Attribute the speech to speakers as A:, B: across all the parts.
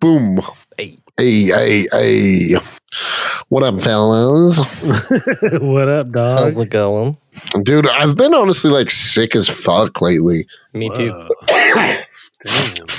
A: Boom.
B: Hey.
A: Hey, hey, hey. What up, fellas?
C: what up,
B: How's
C: dog?
B: it going?
A: Dude, I've been honestly like sick as fuck lately.
B: Me too.
C: Whoa. Damn.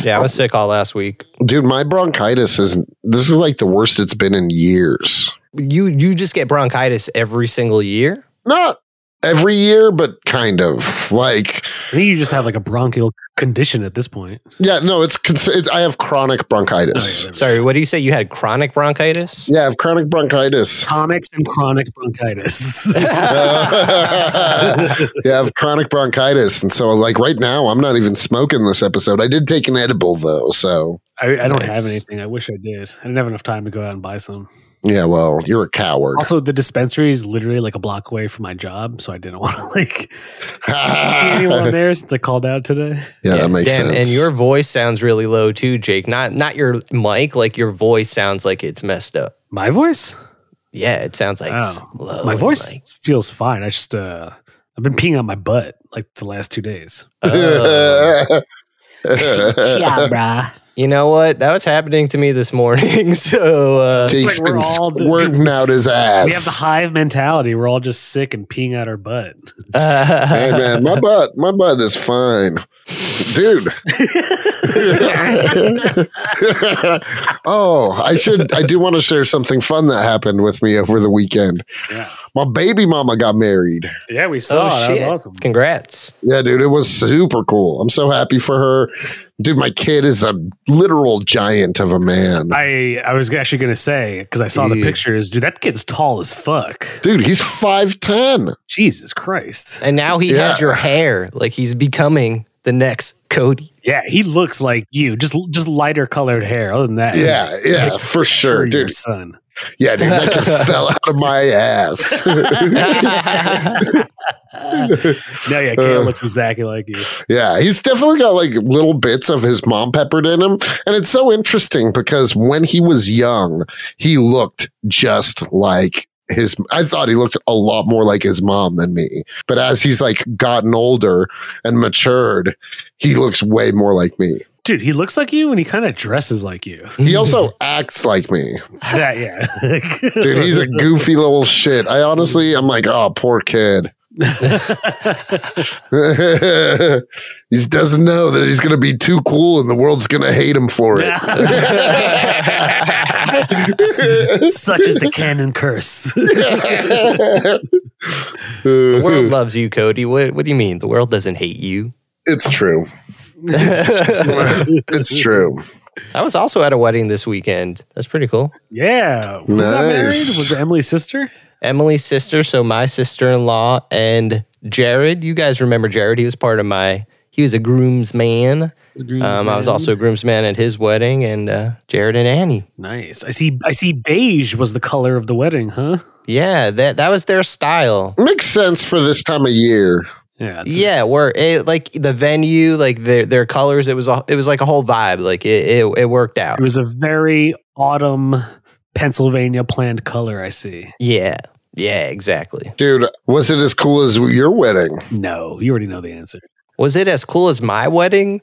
B: Yeah, I was sick all last week.
A: Dude, my bronchitis is this is like the worst it's been in years.
B: You you just get bronchitis every single year?
A: Not every year, but kind of. Like,
C: I think you just have like a bronchial condition at this point.
A: yeah, no, it's, cons- it's I have chronic bronchitis.
B: Sorry, what do you say? You had chronic bronchitis?
A: yeah, I have chronic bronchitis.
C: Comics and chronic bronchitis.
A: yeah, I have chronic bronchitis. And so, like, right now, I'm not even smoking this episode. I did take an edible, though. So,
C: I, I don't
B: Nice.
C: have anything. I wish I did. I didn't have enough time to go out and buy some.
A: yeah, well, you're a coward.
C: Also, the dispensary is literally like a block away from my job, so I didn't want to like see anyone there since I called out today.
A: yeah, that makes
B: Damn,
A: sense.
B: And your voice sounds really low too, Jake. Not not your mic, like your voice sounds like it's messed up.
C: My voice,
B: Yeah, it sounds like it's
C: Wow.
B: low.
C: Oh. my voice
B: like-
C: feels fine. I just uh, I've been peeing on my butt like the last two days.
B: Oh. Uh, you know what? That was happening to me this morning. So uh,
A: Jake's
C: It's like we're
A: been
C: all-
A: squirting out his ass.
C: We have the hive mentality. We're all just sick and peeing out our butt.
A: hey
B: oh,
A: man, my butt, my butt is fine, dude. oh, I should. I do want to share something fun that happened with me over the weekend.
C: Yeah,
A: My baby mama got married.
C: yeah, we
A: Oh,
C: saw. it. Oh, That was
B: shit.
C: awesome.
B: congrats.
A: Yeah, dude, it was super cool. I'm so happy for her. Dude, my kid is a literal giant of a man.
C: I I was actually gonna say because I saw the
B: Yeah.
C: pictures, dude. That kid's tall as fuck.
A: Dude, he's five ten.
C: Jesus Christ.
B: And now he
A: Yeah.
B: has your hair. Like he's becoming the next Cody.
C: Yeah, he looks like you. Just just lighter colored hair. Other than that, he's-
A: Yeah,
C: he's
A: yeah,
C: like
A: for
C: sure
A: sure,
C: your
A: dude.
C: son.
A: Yeah, dude, that kid fell out of my ass.
C: No, yeah,
A: Uh.
C: Kale looks exactly like you.
A: Yeah, he's definitely got like little bits of his mom peppered in him. And it's so interesting because when he was young, he looked just like his I thought he looked a lot more like his mom than me. But as he's like gotten older and matured, he looks way more like me.
C: Dude, he looks like you and he kind of dresses like you.
A: He also acts like me.
C: That, yeah.
A: Dude, he's a goofy little shit. I honestly I'm like, "Oh, poor kid." he doesn't know that he's going to be too cool and the world's going to hate him for it.
C: Such is the canon curse.
B: The world loves you, Cody. What what do you mean? The world doesn't hate you.
A: it's true. It's true.
B: I was also at a wedding this weekend. That's pretty cool.
C: yeah. Who got married?
A: Nice.
C: Was it Emily's sister?
B: Emily's sister, so my sister in law, and Jared. You guys remember Jared? He was part of my. He was a groomsman. Um, I was also a groomsman at his wedding, and uh, Jared and Annie.
C: nice. I see. I see. Beige was the color of the wedding, huh?
B: Yeah, that that was their style.
A: Makes sense for this time of year.
C: Yeah. it's-
B: Yeah, where it like the venue, like their their colors. It was a, it was like a whole vibe. Like it it, it worked out.
C: It was a very autumn Pennsylvania planned color. I see.
B: Yeah, yeah, exactly.
A: Dude, was it as cool as your wedding?
C: No, you already know the answer.
B: Was it as cool as my wedding?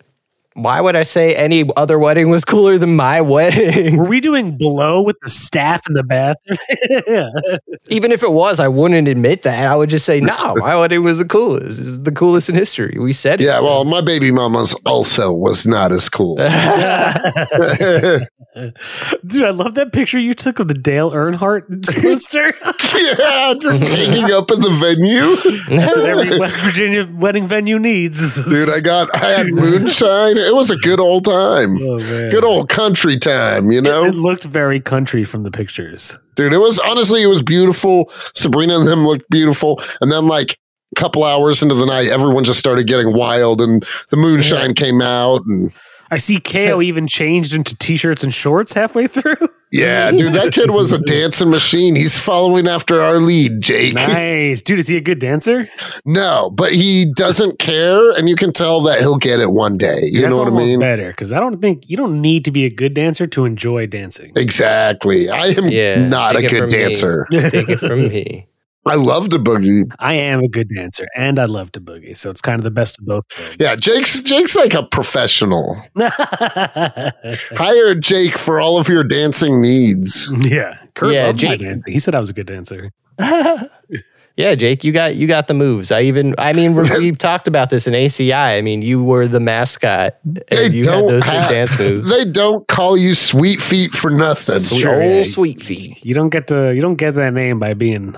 B: Why would I say any other wedding was cooler than my wedding?
C: Were we doing blow with the staff in the bathroom?
B: Even if it was, I wouldn't admit that. I would just say, no, my wedding was the coolest. It's the coolest in history. We said it.
A: Yeah, well, my baby mama's also was not as cool.
C: Dude, I love that picture you took of the Dale Earnhardt poster.
A: yeah, just hanging up in the venue.
C: That's what every West Virginia wedding venue needs.
A: Dude, I got I had moonshine. It was a good old time.
C: Oh, man.
A: Good old country time, you
C: It, it
A: know?
C: looked very country from the pictures.
A: Dude, it was honestly it was beautiful. Sabrina and them looked beautiful. And then like a couple hours into the night, everyone just started getting wild and the moonshine came out and
C: I see KO even changed into t-shirts and shorts halfway through.
A: yeah, dude, that kid was a dancing machine. He's following after our lead, Jake.
C: nice, dude. Is he a good dancer?
A: No, but he doesn't care, and you can tell that he'll get it one day. You
C: That's
A: know what I
C: almost
A: mean?
C: Better because I don't think you don't need to be a good dancer to enjoy dancing.
A: Exactly. I am
B: Yeah,
A: not a
B: take it
A: good
B: from me.
A: dancer.
B: Take it from me.
A: I love to boogie.
C: I am a good dancer and I love to boogie. So it's kind of the best of both. worlds.
A: Yeah, Jake's Jake's like a professional. Hire Jake for all of your dancing needs.
C: yeah. Kurt
B: Yeah,
C: yeah, Jake.
B: Jake-
C: Dancing. He said I was a good dancer.
B: yeah, Jake, you got you got the moves. I even I mean we- we've talked about this in ACI. I mean you were the mascot and you had those same
A: have-
B: dance moves.
A: They don't call you Sweet Feet for nothing.
B: Sweet,
C: true, yeah.
B: old sweet feet.
C: You don't get to you don't get that name by being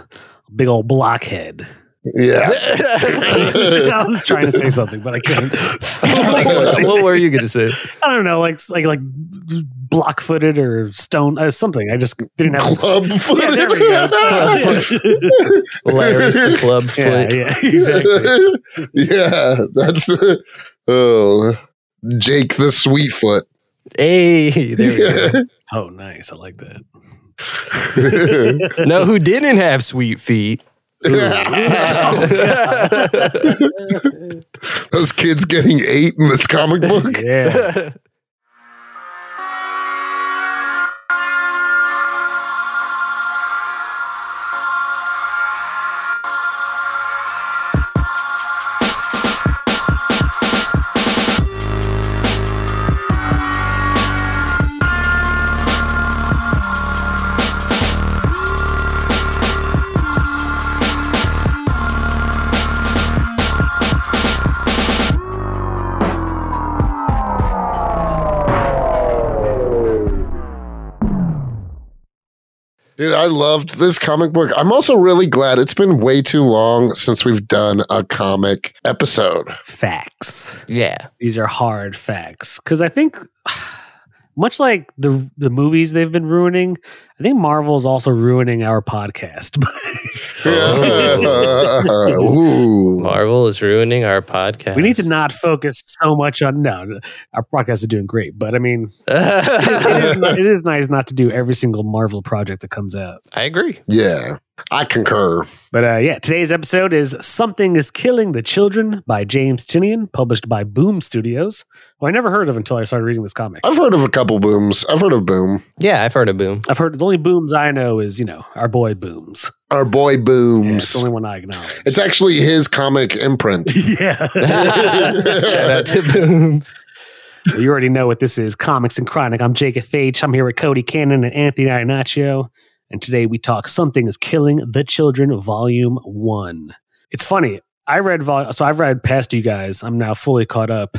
C: a big old blockhead.
A: Yeah.
C: I was trying to say something, but I couldn't.
B: what were you gonna say?
C: I don't know, like like like block footed or stone uh, something. I just didn't have.
A: Club foot.
C: Yeah, there we go.
B: Club Larry's the club
C: yeah,
B: foot.
C: yeah, exactly.
A: yeah, that's oh Jake the Sweet Foot.
B: Hey, there we go.
C: Oh, nice. I like that.
B: No, who didn't have sweet feet?
A: Those kids getting eight in this comic book.
C: Yeah.
A: Dude, I loved this comic book. I'm also really glad it's been way too long since we've done a comic episode.
C: facts.
B: yeah.
C: These are hard facts because I think, much like the the movies they've been ruining, I think Marvel's also ruining our podcast.
A: Ooh.
B: Marvel is ruining our podcast.
C: we need to not focus so much on no. Our podcasts are doing great, but I mean, it is, ni- it is nice not to do every single Marvel project that comes out.
B: I agree.
A: Yeah, I concur.
C: But uh, yeah, today's episode is Something is Killing the Children by James Tinian, published by Boom Studios, who I never heard of until I started reading this comic.
A: I've heard of a couple booms. I've heard of Boom.
B: Yeah, I've heard of Boom.
C: I've heard the only booms I know is, you know, our boy Booms.
A: Our boy
C: Yeah,
A: Booms.
C: it's the only one I acknowledge.
A: It's actually his comic imprint.
C: yeah.
B: Shout out to Boom.
C: Well, you already know what this is Comics and Chronic. I'm Jacob Fage. I'm here with Cody Cannon and Anthony Iannaccio. And today we talk Something is Killing the Children, Volume 1. It's funny. I read, vol- so I've read past you guys. I'm now fully caught up.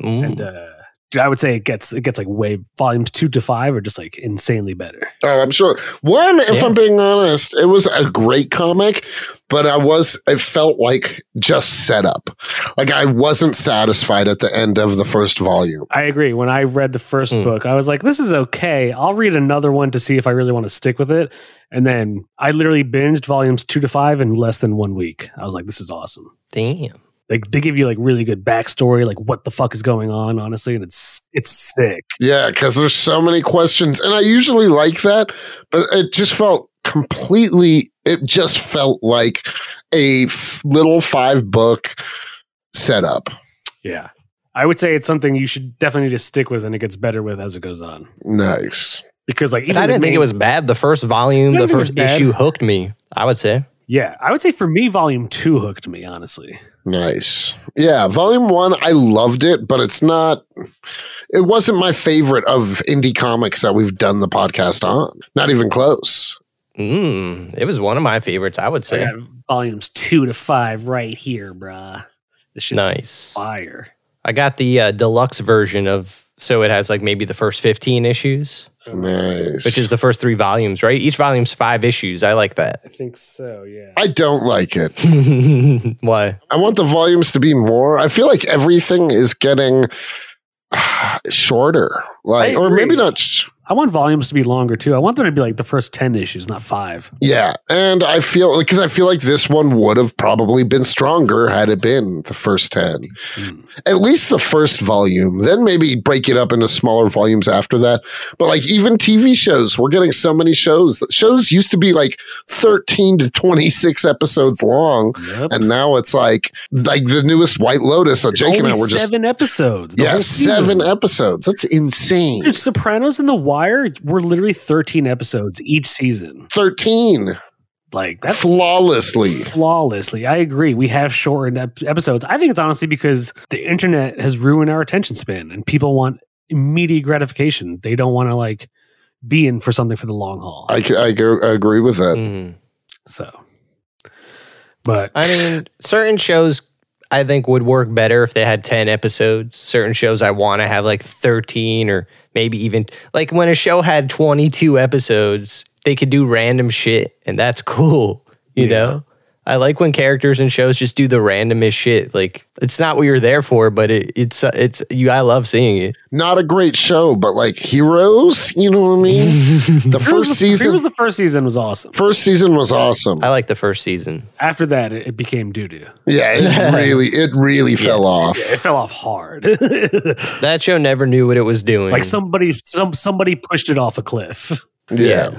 C: and
B: Mm.
C: uh, dude, I would say it gets it gets like way volumes two to five are just like insanely better.
A: Oh, I'm sure. One, if
B: Yeah.
A: I'm being honest, it was a great comic, but I was, it felt like just set up. Like I wasn't satisfied at the end of the first volume.
C: I agree. When I read the first
B: Mm.
C: book, I was like, "This is okay. I'll read another one to see if I really want to stick with it." And then I literally binged volumes two to five in less than one week. I was like, "This is awesome."
B: Damn.
C: Like they give you like really good backstory, like what the fuck is going on, honestly, and it's it's sick.
A: Yeah, because there's so many questions. And I usually like that, but it just felt completely, it just felt like a f- little five book setup.
C: Yeah, I would say it's something you should definitely just stick with, and it gets better with as it goes on.
A: Nice.
C: Because like
B: And I
C: the
B: didn't think
C: main-
B: it was bad. The first volume,
C: I
B: the
C: didn't think it was
B: first
C: bad.
B: issue hooked me, I would say.
C: yeah. I would say for me, volume two hooked me honestly.
A: Nice. Yeah, volume one, I loved it, but it's not, it wasn't my favorite of indie comics that we've done the podcast on. Not even close.
B: Mm, it was one of my favorites, I would
C: I
B: say.
C: got volumes two to five right here, bruh. This shit's
B: Nice.
C: fire.
B: I got the uh, deluxe version of, so it has like maybe the first 15 issues,
C: Oh,
A: Nice.
B: which is the first three volumes, right? Each volume's five issues. I like that.
C: I think so, yeah.
A: I don't like it.
B: Why?
A: I want the volumes to be more. I feel like everything is getting ah, shorter, like,
C: I
A: or
C: agree.
A: maybe not. sh-
C: I want volumes to be longer too. I want them to be like the first 10 issues, not five.
A: Yeah, and I feel because I feel like this one would have probably been stronger had it been the first ten,
C: Mm.
A: at least the first volume. Then maybe break it up into smaller volumes after that. But like even TV shows, we're getting so many shows. that- Shows used to be like thirteen to twenty six episodes long.
C: Yep.
A: And now it's like like the newest White Lotus that Jake and I
C: Only
A: were just
C: seven episodes. the
A: yeah,
C: whole season.
A: seven episodes. That's insane.
C: Dude, Sopranos and The Wire were literally 13 episodes each season.
A: 13.
C: Like that's
A: flawlessly.
C: flawlessly. I agree. We have shortened ep- episodes. I think it's honestly because the internet has ruined our attention span and people want immediate gratification. They don't want to like be in for something for the long haul.
A: I, c- I go- I agree with that.
B: Mhm.
C: so, but
B: I mean, certain shows I think would work better if they had 10 episodes. Certain shows I want to have like 13 or maybe even like when a show had 22 episodes, they could do random shit and that's cool, you know? I like when characters and shows just do the randomest shit. Like it's not what you're there for, but it, it's it's you. I love seeing it.
A: Not a great show, but like heroes, you know what I mean? the first
C: Heroes was- Heroes
A: season
C: the first season was Oh. awesome.
A: first season was awesome.
B: I like the first season.
C: After that, it, it became doo doo.
A: Yeah, it really it really fell off.
C: It fell off hard.
B: That show never knew what it was doing.
C: like somebody, some somebody pushed it off a cliff.
A: Yeah.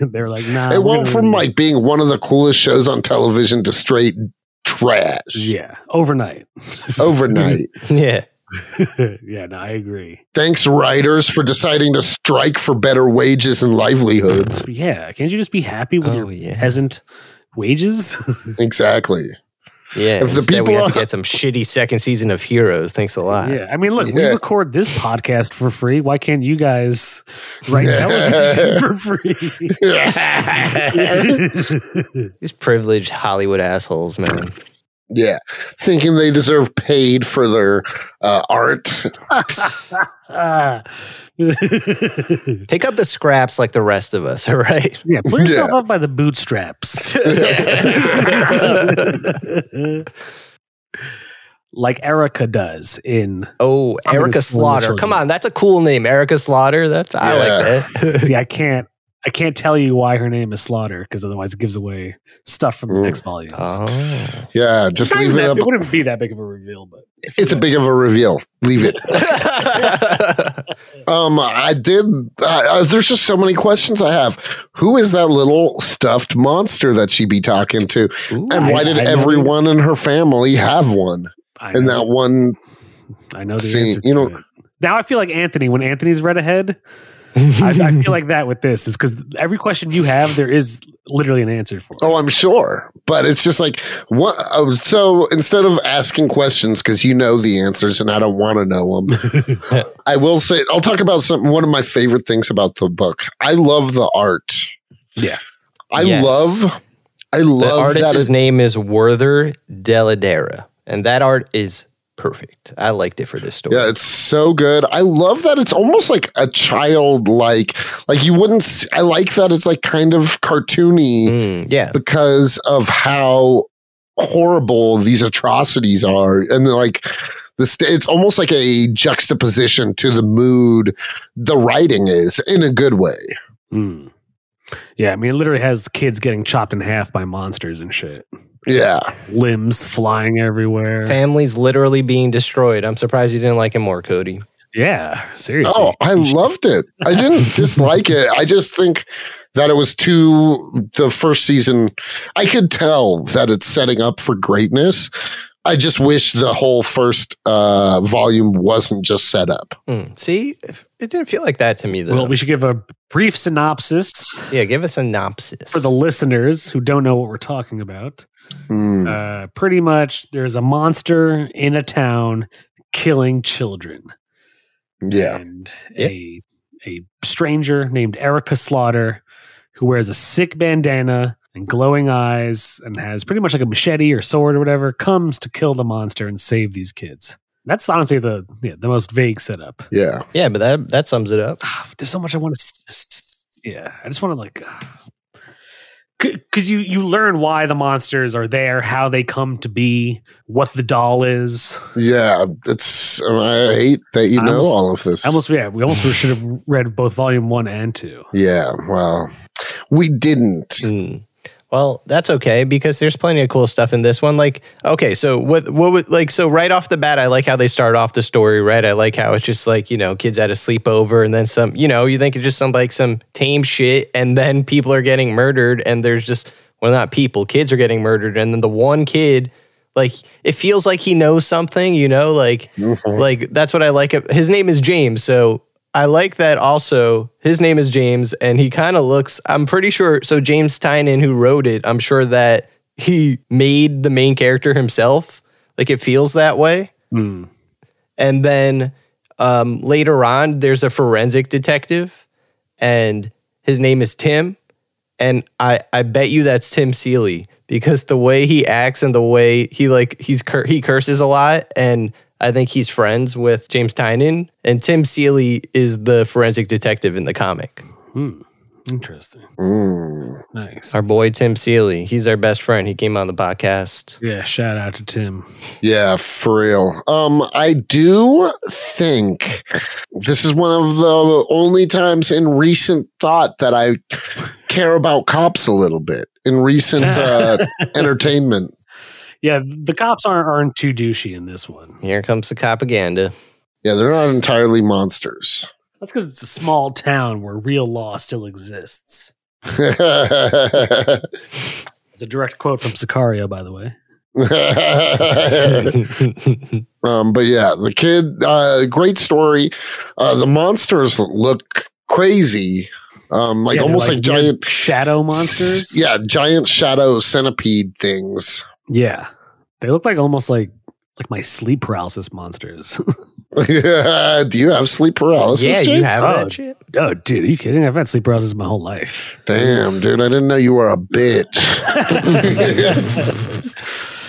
C: they were like, "Nah."
A: It
C: we're
A: went
C: gonna
A: from
C: leave.
A: like being one of the coolest shows on television to straight trash
C: yeah, overnight.
A: overnight.
B: yeah.
C: yeah, no, I agree.
A: Thanks, writers, for deciding to strike for better wages and livelihoods.
C: But yeah, can't you just be happy with
B: Oh
C: your
B: yeah.
C: peasant wages?
A: Exactly.
B: Yeah.
A: If the
B: instead we
A: people
B: have to
A: are-
B: get some shitty second season of Heroes. Thanks a lot.
C: yeah, I mean, look, we
A: Yeah.
C: record this podcast for free. Why can't you guys write television for free? Ah.
B: These privileged Hollywood assholes, man.
A: yeah. Thinking they deserve paid for their uh, art.
C: Ah. yeah,
B: Pick up the scraps like the rest of us, all right?
C: pull yourself
A: Yeah.
C: up by the bootstraps. like Erica does in
B: Oh, Erica
C: Something is killing the
B: Slaughter.
C: children.
B: Come on, that's a cool name, Erica Slaughter. That's I
A: Yeah.
B: like this.
C: See, I can't I can't tell you why her name is Slaughter because otherwise it gives away stuff from the
A: Mm.
C: next volume.
B: oh.
A: Yeah, just leave it up.
C: it wouldn't be that big of a reveal, but
A: It's a big of a reveal. Leave it. Um, I did. Uh, uh, there's just so many questions I have. Who is that little stuffed monster that she be talking to?
B: Ooh.
A: And
C: I-
A: why did
C: I know
A: everyone in her family have one?
C: I
A: And
C: know,
A: that one,
C: I know the
A: scene,
C: answer
A: you
C: to
A: know-
C: it. Now I feel like Anthony when Anthony's read ahead. I, I feel like that with this is because every question you have, there is literally an answer for.
A: oh, I'm sure. But it's just like, what? Oh, so instead of asking questions, because you know the answers and I don't want to know them, I will say, I'll talk about something. One of my favorite things about the book I love the art.
C: Yeah.
A: I
B: Yes.
A: love. I
B: the
A: love that.
B: artist's
A: it-
B: name is Werther Deladera. And that art is perfect. I liked it for this story.
A: Yeah, it's so good. I love that it's almost like a child like like you wouldn't s- I like that it's like kind of cartoony
B: Mm, yeah.
A: because of how horrible these atrocities are and then like this it's almost like a juxtaposition to the mood the writing is in a good way.
C: it. Hmm. Yeah, I mean, it literally has kids getting chopped in half by monsters and shit.
A: Yeah.
C: Limbs flying everywhere.
B: Families literally being destroyed. I'm surprised you didn't like it more, Cody.
C: yeah, seriously.
A: Oh, I loved it. I didn't dislike it. I just think that it was too the first season. I could tell that it's setting up for greatness. I just wish the whole first uh, volume wasn't just set up.
B: Mm, See, it didn't feel like that to me, though.
C: Well, we should give a brief synopsis
B: yeah, give a synopsis.
C: for the listeners who don't know what we're talking about.
A: Mm.
C: Uh, pretty much, there's a monster in a town killing children.
A: yeah.
C: and
B: Yeah.
C: a a stranger named Erica Slaughter, who wears a sick bandana and glowing eyes and has pretty much like a machete or sword or whatever, comes to kill the monster and save these kids. That's honestly the yeah, the most vague setup.
A: Yeah.
B: yeah, but that that sums it up.
C: Ah, There's so much I want to. Yeah, I just want to like. ah. C- Cause you you learn why the monsters are there, how they come to be, what the doll is.
A: Yeah. It's, I hate that you
C: I
A: know
C: almost-
A: all of this.
C: I almost yeah, we almost should have read both volume one and two.
A: yeah. Well, we didn't.
B: Mm. Well, that's okay because there's plenty of cool stuff in this one. Like, okay, so what what would like so right off the bat, I like how they start off the story, right? I like how it's just like, you know, kids had a sleepover and then some, you know, you think it's just some like some tame shit and then people are getting murdered and there's just well not people, kids are getting murdered and then the one kid like it feels like he knows something, you know, like
A: Mhm.
B: like that's what I like. His name is James, so I like that also. His name is James, and he kind of looks, I'm pretty sure. So, James Tynan, who wrote it, I'm sure that he made the main character himself. Like, it feels that way.
C: Hmm.
A: Mm-hmm.
B: And then um, later on, there's a forensic detective, and his name is Tim. And I, I bet you that's Tim Seeley because the way he acts and the way he like he's cur- he curses a lot, and I think he's friends with James Tynan. And Tim Seeley is the forensic detective in the comic.
C: Hmm. Interesting.
A: Mm.
C: Nice.
B: Our boy Tim Seeley, he's our best friend. He came on the podcast.
C: Yeah, shout out to Tim.
A: Yeah, for real. Um, I do think this is one of the only times in recent thought that I care about cops a little bit in recent uh, entertainment.
C: Yeah, the cops aren't aren't too douchey in this one.
B: Here comes the propaganda.
A: Yeah, they're not entirely monsters.
C: That's because it's a small town where real law still exists. It's a direct quote from Sicario, by the way.
B: yeah,
A: Um, but yeah, the kid, uh, great story. Uh, the monsters look crazy, um, like
C: Yeah, they're
A: almost like,
C: weird
A: giant
C: shadow monsters.
A: Yeah, giant shadow centipede things.
C: yeah, they look like almost like like my sleep paralysis monsters.
A: Do you have sleep paralysis?
B: you
A: Jake?
B: have
C: Oh.
B: that shit.
C: oh, dude, are you kidding? I've had sleep paralysis my whole life.
A: Damn, dude, I didn't know you were a bitch.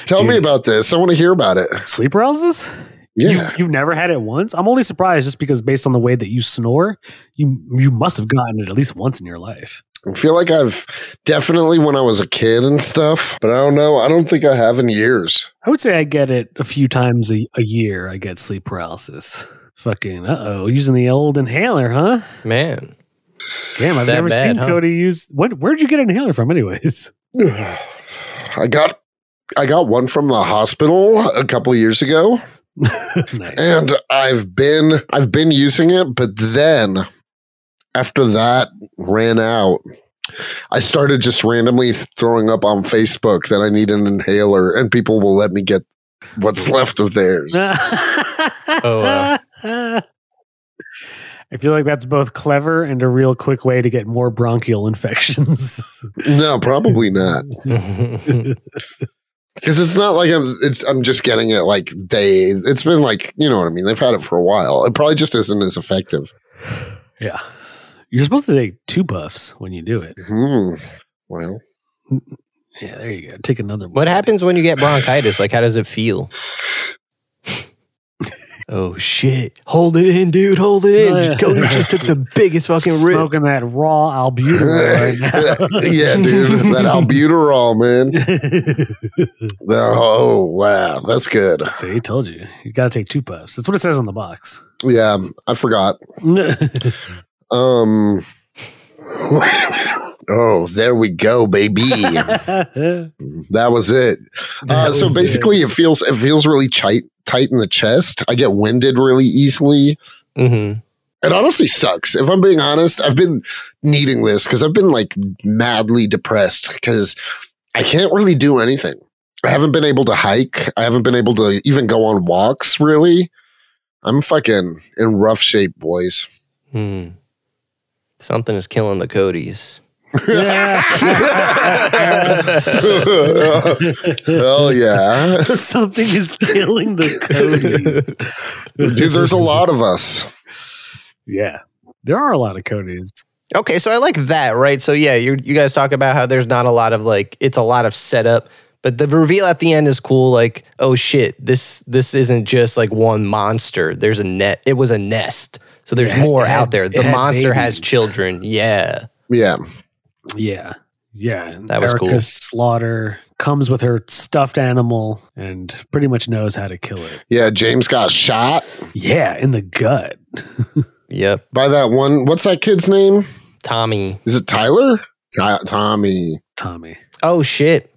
A: Tell me
C: Dude.
A: about this. I want to hear about it.
C: sleep paralysis?
A: Yeah.
C: You, you've never had it once? I'm only surprised just because based on the way that you snore, you you must have gotten it at least once in your life.
A: I feel like I've definitely when I was a kid and stuff, but I don't know. I don't think I have in years.
C: I would say I get it a few times a, a year. I get sleep paralysis. Fucking uh oh, using the old inhaler, huh?
B: Man.
C: Damn,
B: It's
C: I've
B: that
C: never
B: bad,
C: seen
B: huh?
C: Cody use. What? Where'd you get an inhaler from, anyways?
A: I got I got one from the hospital a couple years ago.
C: nice.
A: and i've been i've been using it but then after that ran out i started just randomly throwing up on facebook that i need an inhaler and people will let me get what's left of theirs
B: Oh, wow.
C: I feel like that's both clever and a real quick way to get more bronchial infections.
A: no probably not because it's not like i'm it's, i'm just getting it like days it's been like you know what i mean they've had it for a while it probably just isn't as effective
C: yeah. You're supposed to take two puffs when you do it.
A: hmm well
C: Yeah, there you go. Take another one.
B: what happens when you get bronchitis? Like, how does it feel? oh, shit. Hold it in, dude. Hold it in. Cody just took the biggest fucking rip.
C: Smoking that raw albuterol
A: yeah dude that albuterol man
C: right now.
A: oh wow that's good
C: See, I told you. You got to take two puffs. That's what it says on the box.
A: Yeah, I forgot. Um Oh, there we go, baby.
C: That
A: that was it. Uh, so
C: was it.
A: basically, it. feels it feels really tight tight in the chest. I get winded really easily.
B: Mm-hmm.
A: It honestly sucks. If I'm being honest, I've been needing this because I've been like madly depressed because I can't really do anything. I haven't been able to hike. I haven't been able to even go on walks. Really, I'm fucking in rough shape, boys.
B: Mm-hmm. Something is killing the Codys.
A: Hell uh, yeah.
C: Something is killing the Codies.
A: Dude, there's a lot of us.
C: Yeah. There are a lot of Codies.
B: Okay, so I like that, right? So yeah, you you guys talk about how there's not a lot of like it's a lot of setup, but the reveal at the end is cool. Like, oh shit, this this isn't just like one monster. There's a net. It was a nest. So there's
C: It had-
B: more
C: it
B: out
C: had-
B: there.
C: it
B: The
C: had
B: monster has
C: babies.
B: children. Yeah.
A: Yeah.
C: Yeah. Yeah. and
B: That was
C: Erica
B: cool.
C: Slaughter comes with her stuffed animal and pretty much knows how to kill it.
A: Yeah. James got shot
C: Yeah. In the gut.
B: Yep.
A: by that one. What's that kid's name?
B: Tommy.
A: Is it Tyler? Ty- Tommy.
C: Tommy.
B: Oh shit.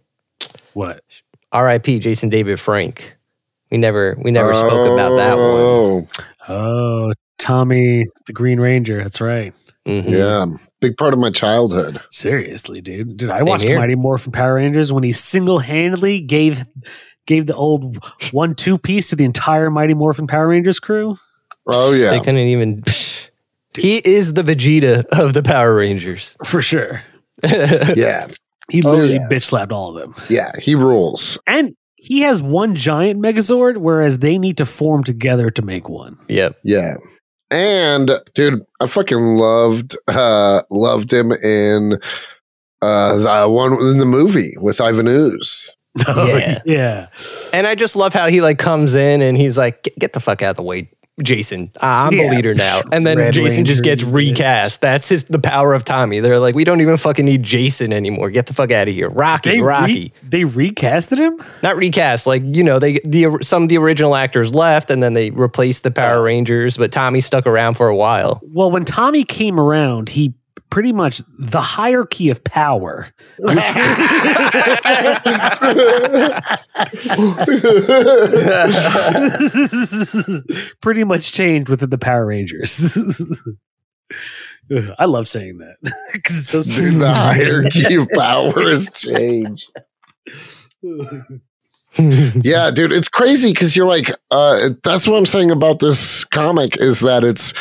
C: What?
B: R.I.P. Jason David Frank. We never we never spoke about that one.
A: Oh,
C: Oh, Tommy the Green Ranger. That's right.
B: Mhm.
A: Yeah. Big part of my childhood.
C: Seriously, dude. Dude, I
B: Same
C: watched
B: here.
C: Mighty Morphin Power Rangers when he single handedly gave gave the old one two piece to the entire Mighty Morphin Power Rangers crew.
A: Oh,
B: They
A: yeah.
B: couldn't even. He is the Vegeta of the Power Rangers.
C: for sure.
A: Yeah.
C: He
A: Oh,
C: literally
A: yeah.
C: bitch slapped all of them.
A: Yeah. He rules.
C: And he has one giant Megazord, whereas they need to form together to make one.
B: Yep.
A: Yeah. And dude, I fucking loved uh loved him in uh the one in the movie with Ivan Ooze. Oh,
B: Yeah.
C: yeah.
B: And I just love how he like comes in and he's like, "Get- "Get the fuck out of the way, Jason. I- I'm
C: Yeah.
B: the leader now." And then
C: Red
B: Jason just
C: Ranger,
B: gets recast. That's his the power of Tommy. They're like, "We don't even fucking need Jason anymore. Get the fuck out of here, Rocky,
C: They, re-
B: Rocky."
C: they recasted him?
B: Not recast, like you know, they the some of the original actors left, and then they replaced the
C: Oh.
B: Power Rangers, but Tommy stuck around for a while.
C: Well, when Tommy came around, he pretty much the hierarchy of power. pretty much changed within the Power Rangers. Ugh, I love saying that 'Cause it's so
A: Dude, the
C: stupid.
A: hierarchy of power has changed. Yeah, dude, it's crazy because you're like, uh, that's what I'm saying about this comic is that it's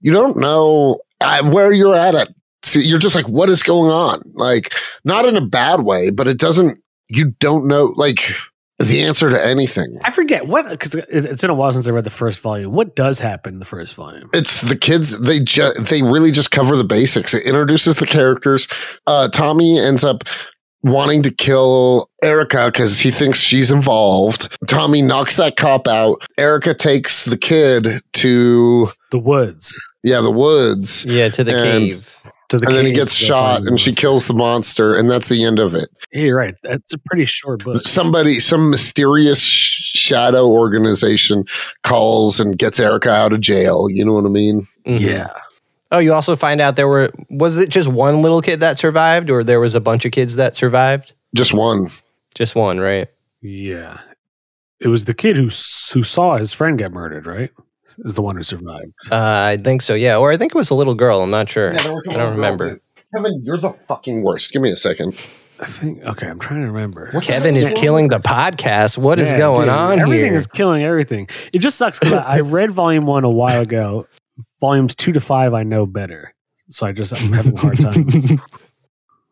A: you don't know uh, where you're at it. See, you're just like, what is going on? Like, not in a bad way, but it doesn't. You don't know like the answer to anything.
C: I forget what because it's been a while since I read the first volume. What does happen in the first volume?
A: It's the kids. They ju- they really just cover the basics. It introduces the characters. Uh, Tommy ends up wanting to kill Erica because he thinks she's involved. Tommy knocks that cop out. Erica takes the kid to
C: The woods
A: yeah the woods,
B: yeah, to the
A: And-
B: cave.
C: to the
A: and then he
C: cave,
A: gets
C: the
A: shot,
C: volume
A: and she
C: was-
A: kills the monster, and that's the end of it.
C: Yeah, you're right. That's a pretty short book.
A: Somebody, some mysterious sh- shadow organization calls and gets Erica out of jail. You know what I mean?
B: Mhm.
C: Yeah,
B: Oh, you also find out there were was it just one little kid that survived, or there was a bunch of kids that survived?
A: Just one.
B: Just one, right?
C: yeah. It was the kid who s- who saw his friend get murdered. Right, is the one who survived.
B: Uh, I think so. Yeah, or I think it was a little girl. I'm not sure.
A: Yeah, there was a
B: I
A: little
B: don't
A: girl,
B: remember.
A: dude. Kevin, you're the fucking worst. Give me a second.
C: I think. Okay, I'm trying to remember.
A: What the
B: Kevin
A: heck
B: is
A: wrong
B: killing
A: with
B: the podcast. What is
C: Yeah,
B: going
C: dude,
B: on
C: everything
B: here?
C: is killing everything. It just sucks because I, I read volume one a while ago. Volumes two to five, I know better. So I just I'm having a hard time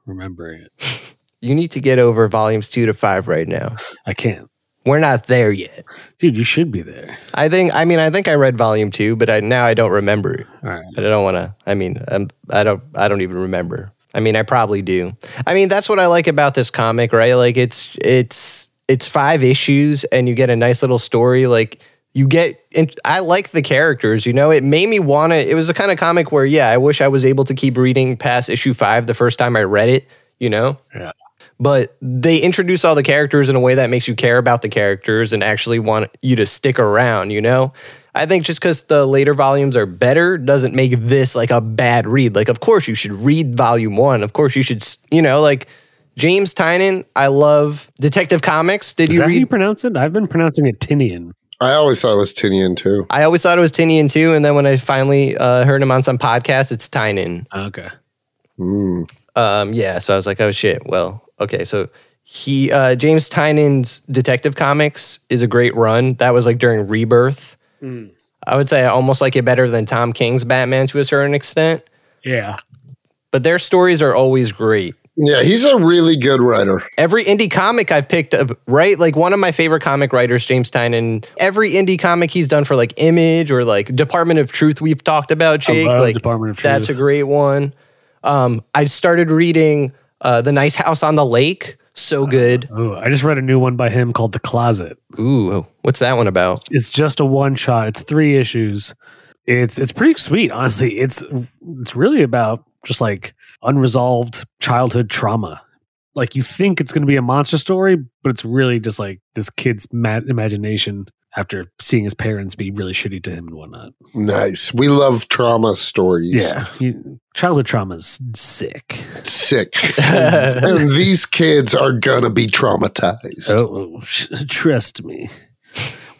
C: remembering it.
B: you need to get over volumes two to five right now.
C: I can't,
B: We're not there yet.
C: dude. You should be there.
B: I think. I mean, I think I read volume two, but I, now I don't remember. it.
C: All right.
B: But I don't want to. I mean, I'm, I don't. I don't even remember. I mean, I probably do. I mean, that's what I like about this comic, right? Like, it's it's it's five issues, and you get a nice little story. Like, you get. And I like the characters. You know, it made me want to. It was the kind of comic where, yeah, I wish I was able to keep reading past issue five the first time I read it. You know.
C: Yeah.
B: But they introduce all the characters in a way that makes you care about the characters and actually want you to stick around. You know. I think just because the later volumes are better doesn't make this like a bad read. Like, of course you should read volume one. Of course you should, s- you know, like James Tynan. I love Detective Comics. Did
C: Is
B: you
C: that how you
B: read?
C: pronounce it? I've been pronouncing it Tinian.
A: I always thought it was Tinian too.
B: I always thought it was Tinian too, and then when I finally uh, heard him on some podcast, it's Tynan.
C: Okay.
A: Mm.
B: Um, yeah, so I was like, oh shit. Well, okay, so. He uh, James Tynan's Detective Comics is a great run. That was like during Rebirth. I would say I almost like it better than Tom King's Batman to a certain extent.
C: Yeah.
B: but their stories are always great.
A: Yeah, he's a really good writer.
B: Every indie comic I've picked up, right? Like one of my favorite comic writers, James Tynan. Every indie comic he's done for like Image or like Department of Truth, we've talked about, Jake.
C: I love
B: like
C: Department of Truth.
B: that's a great one. Um, I started reading uh, The Nice House on the Lake. So good.
C: Oh, I just read a new one by him called The Closet.
B: Ooh, what's that one about?
C: It's just a one shot. It's three issues. It's it's pretty sweet, honestly. It's it's really about just like unresolved childhood trauma. Like you think it's going to be a monster story, but it's really just like this kid's mad imagination after seeing his parents be really shitty to him and whatnot.
A: Nice. We love trauma stories.
C: You- childhood trauma's sick.
A: Sick. and, and these kids are gonna be traumatized.
C: Oh, trust me.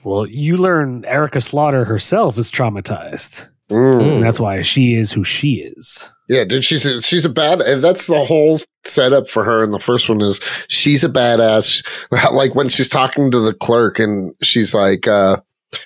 C: Well, you learn Erica Slaughter herself is traumatized.
A: Mm.
B: Hmm.
C: And that's why she is who she is.
A: Yeah, dude, she's a, she's a bad. and That's the whole setup for her. And the first one is she's a badass. Like when she's talking to the clerk, and she's like, uh,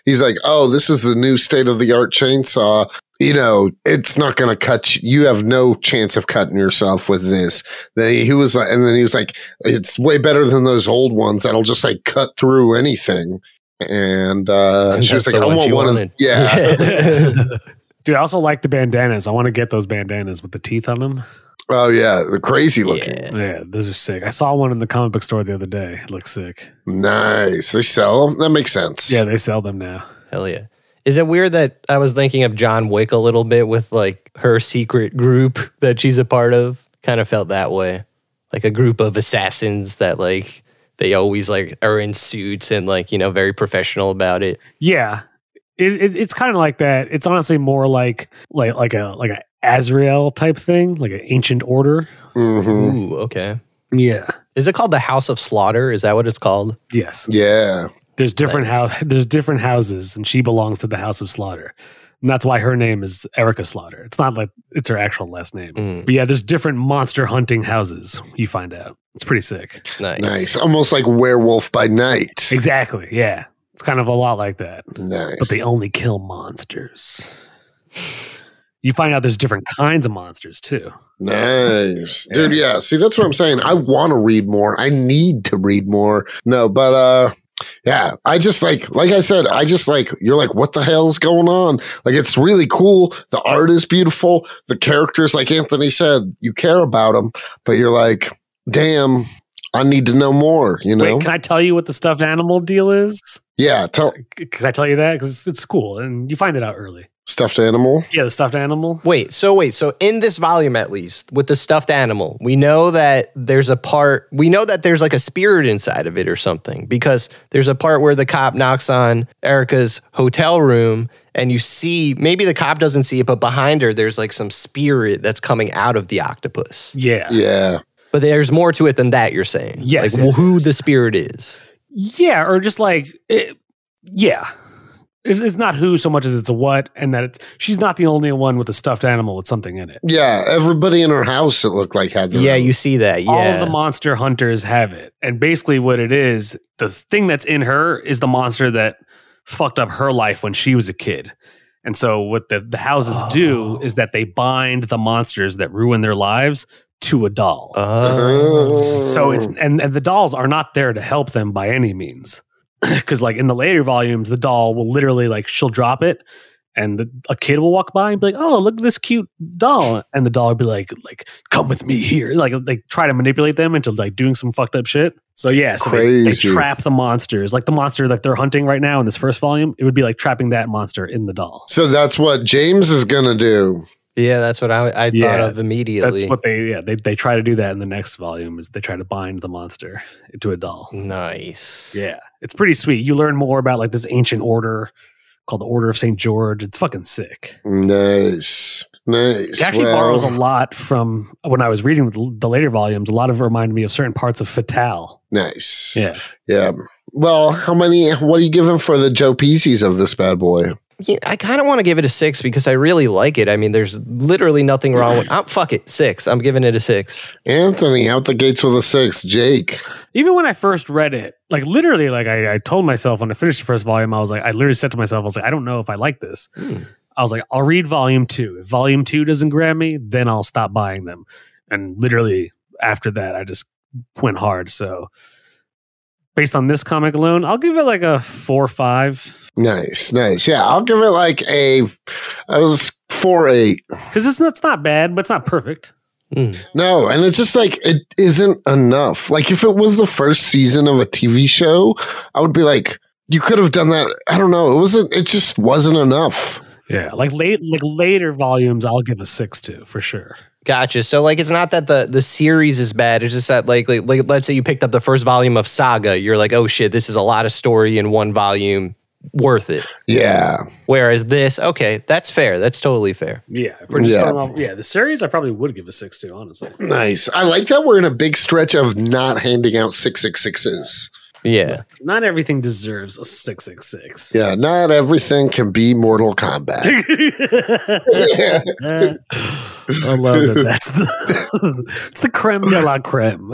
A: he's like, "Oh, this is the new state of the art chainsaw. you know, it's not going to cut you. You have no chance of cutting yourself with this. Then he, he was like, and then he was like, it's way better than those old ones that'll just like cut through anything. And uh,
B: And
A: she was
B: that's
A: like, I
B: the ones
A: want
B: you
A: one of
B: wanted.
A: yeah.
C: Dude, I also like the bandanas. I want to get those bandanas with the teeth on them.
A: Oh yeah, the crazy looking.
B: Yeah.
C: Yeah, those are sick. I saw one in the comic book store the other day. It looks sick.
A: Nice. They sell them. That makes sense.
C: Yeah, they sell them now.
B: Hell yeah. Is it weird that I was thinking of John Wick a little bit with like her secret group that she's a part of? Kind of felt that way. Like a group of assassins that like they always like are in suits and like, you know, very professional about it.
C: Yeah, it, it, it's kind of like that. It's honestly more like like like a like a Azrael type thing, like an ancient order.
A: hmm
B: Ooh, okay.
C: Yeah.
B: Is it called the House of Slaughter? Is that what it's called?
C: Yes.
A: Yeah.
C: There's different
B: Nice.
C: house. There's different houses, and she belongs to the House of Slaughter, and that's why her name is Erica Slaughter. It's not like it's her actual last name.
B: Mm,
C: But yeah, there's different monster hunting houses. You find out. It's pretty sick.
B: nice.
A: Nice. Almost like werewolf by night.
C: Exactly. Yeah. It's kind of a lot like that.
A: Nice.
C: But they only kill monsters. You find out there's different kinds of monsters too.
A: Nice. Dude, yeah. See, that's what I'm saying. I want to read more. I need to read more. No, but uh yeah, I just like like I said, I just like you're like what the hell's going on? Like it's really cool. The art is beautiful. The characters like Anthony said, you care about them, but you're like, "Damn, I need to know more," you know?
C: Wait, can I tell you what the stuffed animal deal is?
A: yeah, tell
C: C- Can I tell you that? Because it's cool and you find it out early.
A: stuffed animal.
C: Yeah, the stuffed animal.
B: Wait, so wait, so in this volume at least, with the stuffed animal, we know that there's a part, we know that there's like a spirit inside of it or something because there's a part where the cop knocks on Erica's hotel room and you see, maybe the cop doesn't see it, but behind her, there's like some spirit that's coming out of the octopus.
C: Yeah.
A: Yeah.
B: But there's more to it than that, you're saying.
C: Yes,
B: Like
C: yes,
B: who
C: yes.
B: the spirit is.
C: Yeah, or just like, it, yeah. It's, it's not who so much as it's a what, and that it's, she's not the only one with a stuffed animal with something in it.
A: Yeah, everybody in her house it looked like had their
B: Yeah,
A: own.
B: you see that. Yeah.
C: All of the monster hunters have it. And basically, what it is, the thing that's in her is the monster that fucked up her life when she was a kid. And so, what the, the houses do
B: Oh.
C: is that they bind the monsters that ruin their lives to a doll.
B: Oh.
C: so it's and, and the dolls are not there to help them by any means because like in the later volumes the doll will literally like she'll drop it and the, a kid will walk by and be like oh look at this cute doll and the doll will be like like come with me here like like try to manipulate them into like doing some fucked up shit so yeah so they, they
A: Crazy.
C: trap the monsters like the monster like they're hunting right now in this first volume it would be like trapping that monster in the doll
A: So that's what James is gonna do.
B: yeah, that's what I, I thought
C: Yeah,
B: of immediately.
C: that's what they yeah they, they try to do that in the next volume is they try to bind the monster to a doll
B: nice.
C: Yeah, it's pretty sweet. You learn more about like this ancient order called the Order of St. George. It's fucking sick.
A: Nice, nice.
C: It actually
A: Well,
C: borrows a lot from when I was reading the, the later volumes. A lot of it reminded me of certain parts of Fatale.
A: nice.
C: Yeah.
A: yeah. Well, how many? What are you giving for the Joe Pieces of this bad boy?
B: yeah, I kind of want to give it a six because I really like it. I mean, there's literally nothing wrong with. I'm, fuck it, six. I'm giving it a six.
A: Anthony out the gates with a six. Jake.
C: Even when I first read it, like literally, like I, I told myself when I finished the first volume, I was like, I literally said to myself, I was like, I don't know if I like this.
B: Hmm.
C: I was like, I'll read volume two. If volume two doesn't grab me, then I'll stop buying them. And literally after that, I just went hard. So based on this comic alone, I'll give it like a four or five
A: Nice, nice. Yeah, I'll give it like a, a four eight.
C: because it's it's not bad, but it's not perfect.
B: Hmm.
A: No, and it's just like it isn't enough. Like if it was the first season of a TV show, I would be like, you could have done that. I don't know. It wasn't. It just wasn't enough.
C: Yeah, like late like later volumes, I'll give a six to for sure.
B: Gotcha. So like, it's not that the the series is bad. It's just that like, like, like, let's say you picked up the first volume of Saga, you're like, oh shit, this is a lot of story in one volume. Worth it.
A: Yeah.
B: Whereas this, okay, that's fair. That's totally fair.
C: Yeah, if we're just
A: Yeah.
C: going off, yeah, the series I probably would give a six to honestly.
A: Nice. I like that we're in a big stretch of not handing out 666s.
B: Yeah.
C: Not everything deserves a six six six.
A: Yeah, not everything can be Mortal Kombat. yeah.
C: I love that. That's the it's the creme de la creme.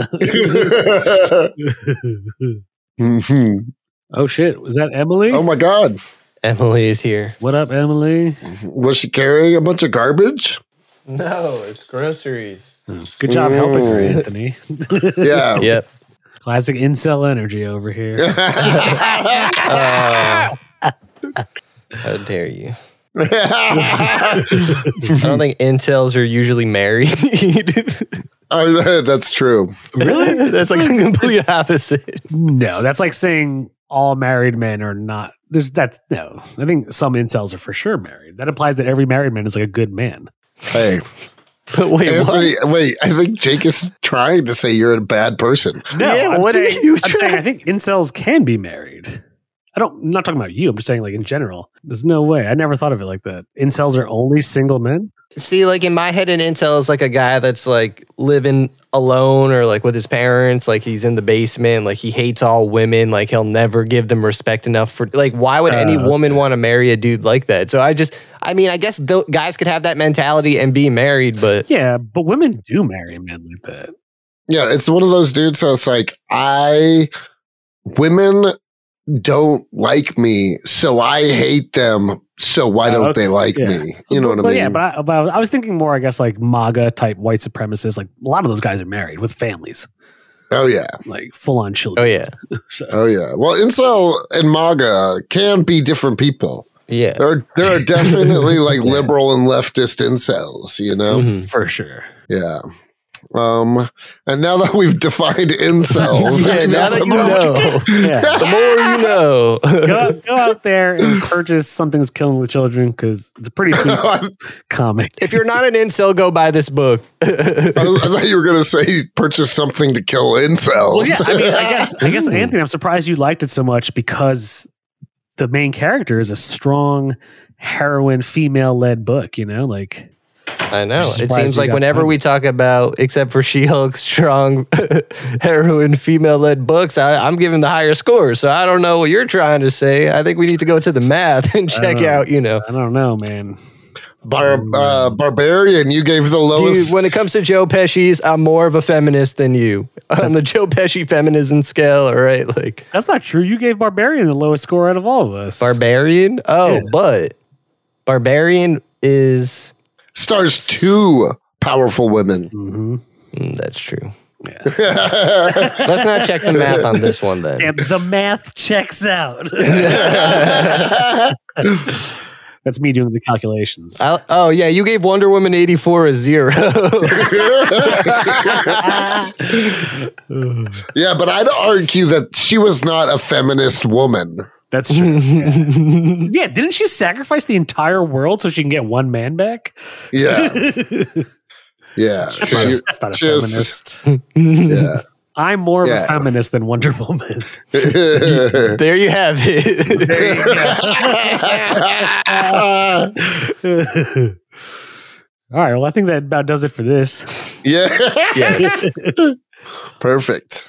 A: Mhm.
C: oh shit! Was that Emily?
A: Oh Mm-hmm. my God.
B: Emily is here.
C: What up, Emily?
A: Was she carrying a bunch of garbage?
B: No, it's groceries.
C: Good job helping her, Anthony.
A: Yeah.
B: Yep.
C: Classic incel energy over here.
B: Oh. how dare you? I don't think intels are usually married.
A: Oh, That's true.
B: really? That's like the complete opposite.
C: No, that's like saying all married men are not. There's that's no. I think some incels are for sure married. That implies that every married man is like a good man.
A: Hey,
B: But wait, what?
A: Anthony, wait, I think Jake is trying to say you're a bad person.
C: No,
B: Yeah,
C: I'm
B: what are
C: saying-
B: you
C: I'm saying
B: trying-
C: I think incels can be married. I don't. I'm not talking about you. I'm just saying like in general. There's no way. I never thought of it like that. Incels are only single men.
B: See, like in my head, an intel is like a guy that's like living alone or like with his parents. Like he's in the basement. Like he hates all women. Like he'll never give them respect enough for. Like why would any
C: Oh,
B: woman want to marry a dude like that? So I just, I mean, I guess tho- guys could have that mentality and be married, but
C: Yeah, but women do marry men like that.
A: Yeah, it's one of those dudes that's like, I, women don't like me, so I hate them. So why
C: Oh,
A: don't
C: okay.
A: they like
C: Yeah.
A: me? You know what I
C: but,
A: mean?
C: Yeah, but I, but I was thinking more. I guess like MAGA type white supremacists. Like a lot of those guys are married with families,
A: oh, yeah.
C: like full on
B: oh
C: children.
B: yeah,
C: So-
A: Oh, yeah. Well, incel and MAGA can be different people.
B: yeah.
A: There are, there are definitely like
B: Yeah.
A: liberal and leftist incels, you know?
B: Mhm.
C: for sure.
A: Yeah. Um, and now that we've defined incels,
B: Yeah,
A: I
B: now
A: the
B: that you
A: more-
B: know,
C: Yeah.
B: the more you know.
C: go, go out there and purchase something's killing the children because it's a pretty sweet comic.
B: If you're not an incel, go buy this book.
A: I thought you were gonna say purchase something to kill incels.
C: Well, yeah, I mean, I guess, I guess, Anthony, I'm surprised you liked it so much because the main character is a strong heroine, female-led book. You know, like
B: I know. It
C: Surprised
B: seems
C: you
B: like
C: got
B: whenever
C: that.
B: we talk about, except for She Hulk, strong heroin, female led books, I, I'm giving the higher score. So I don't know what you're trying to say. I think we need to go to the math and check
C: Uh,
B: out, you know.
C: I don't know, man.
A: Bar- uh, barbarian, you gave the lowest.
B: Dude, when it comes to Joe Pesci's, I'm more of a feminist than you on the Joe Pesci feminism scale. All right. Like,
C: That's not true. You gave Barbarian the lowest score out of all of us.
B: Barbarian? Oh,
C: Yeah.
B: but Barbarian is.
A: stars two powerful women.
C: Mhm.
B: mm, that's true.
C: Yeah.
A: yeah,
B: Let's not check the math on this one then.
C: Damn, the math checks out. That's me doing the calculations.
B: I, oh yeah, you gave Wonder Woman eighty four a zero.
A: Uh, but I'd argue that she was not a feminist woman.
C: That's true. Yeah, didn't she sacrifice the entire world so she can get one man back?
A: Yeah,
C: that's,
A: yeah.
C: not
A: She-
C: a, that's not a
A: just-
C: feminist.
A: yeah.
C: I'm more of
A: Yeah.
C: a feminist than Wonder Woman.
B: There you have it.
C: All right, well, I think that about does it for this.
A: yeah.
B: yes.
A: Perfect.